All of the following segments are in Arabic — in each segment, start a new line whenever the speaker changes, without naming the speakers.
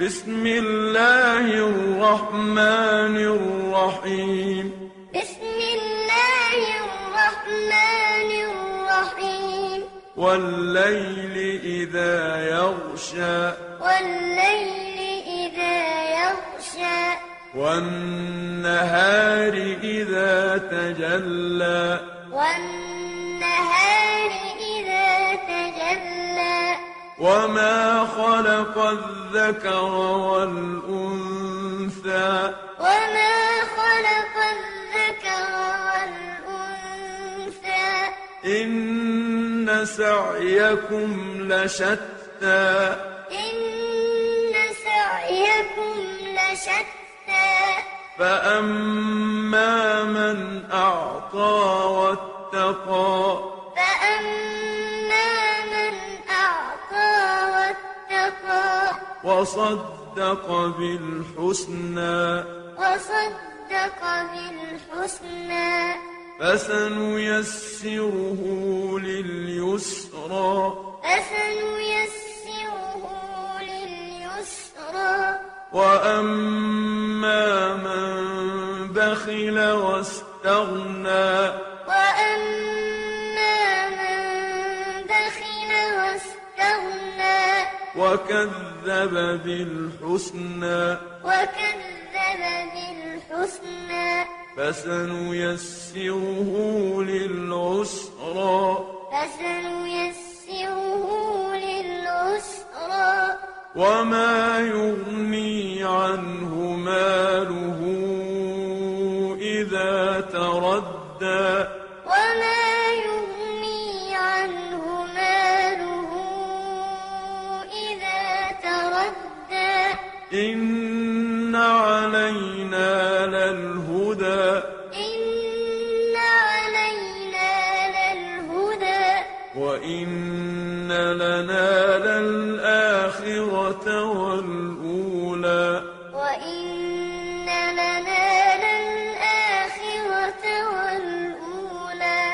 بسم الله الرحمن الرحيم
بسم الله الرحمن الرحيم
والليل إذا يغشى
والليل إذا يغشى
والنهار إذا تجلى
والنهار إذا تجلى
وما خلق الذكر والأنثى
وما خلق الذكر والأنثى
إن سعيكم لشتى
إن سعيكم لشتى
فأما من أعطى واتقى
فأما من أعطى واتقى
وصدق بالحسنى
وصدق بالحسنى
فسنيسره لليسرى
فسنيسره لليسرى
وأما من بخل واستغنى
وأما من بخل واستغنى
وكذب بالحسنى
وكذب بالحسنى
فسنيسره للعسرى
فسنيسره للعسرى
وما يغني عنه ماله إذا تردى
وما يغني عنه ماله إذا تردى
إن علينا للهدى
إن علينا للهدى
وإن لنا للآخرة والأولى
وإن لنا للآخرة والأولى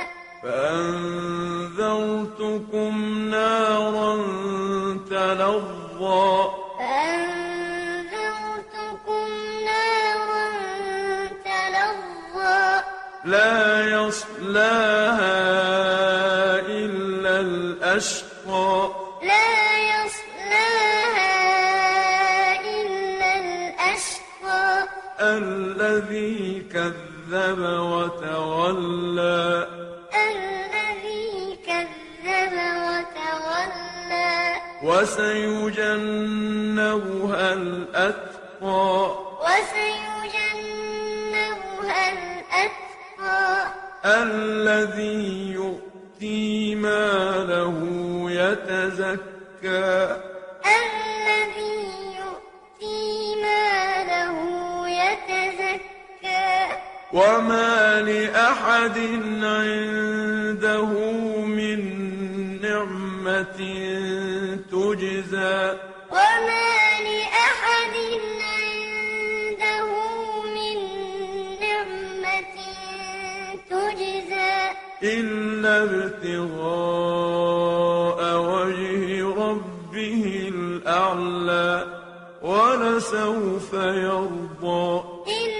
فأنذرتكم نارا تلظى
فأنذرتكم نارا تلظى
لا يصلاها إلا الأشقى
لا يصلاها إلا الأشقى
الذي كذب وتولى
الذي كذب وتولى
وسيجنبها الأتقى
وسيجنبها الأتقى
الذي يؤتي ماله يتزكى
الذي يؤتي ماله يتزكى
وما لأحد عنده من نعمة تجزى
وما لأحد عنده من نعمة تجزى
إلا ابتغاء وجه ربه الأعلى ولسوف يرضى
إلا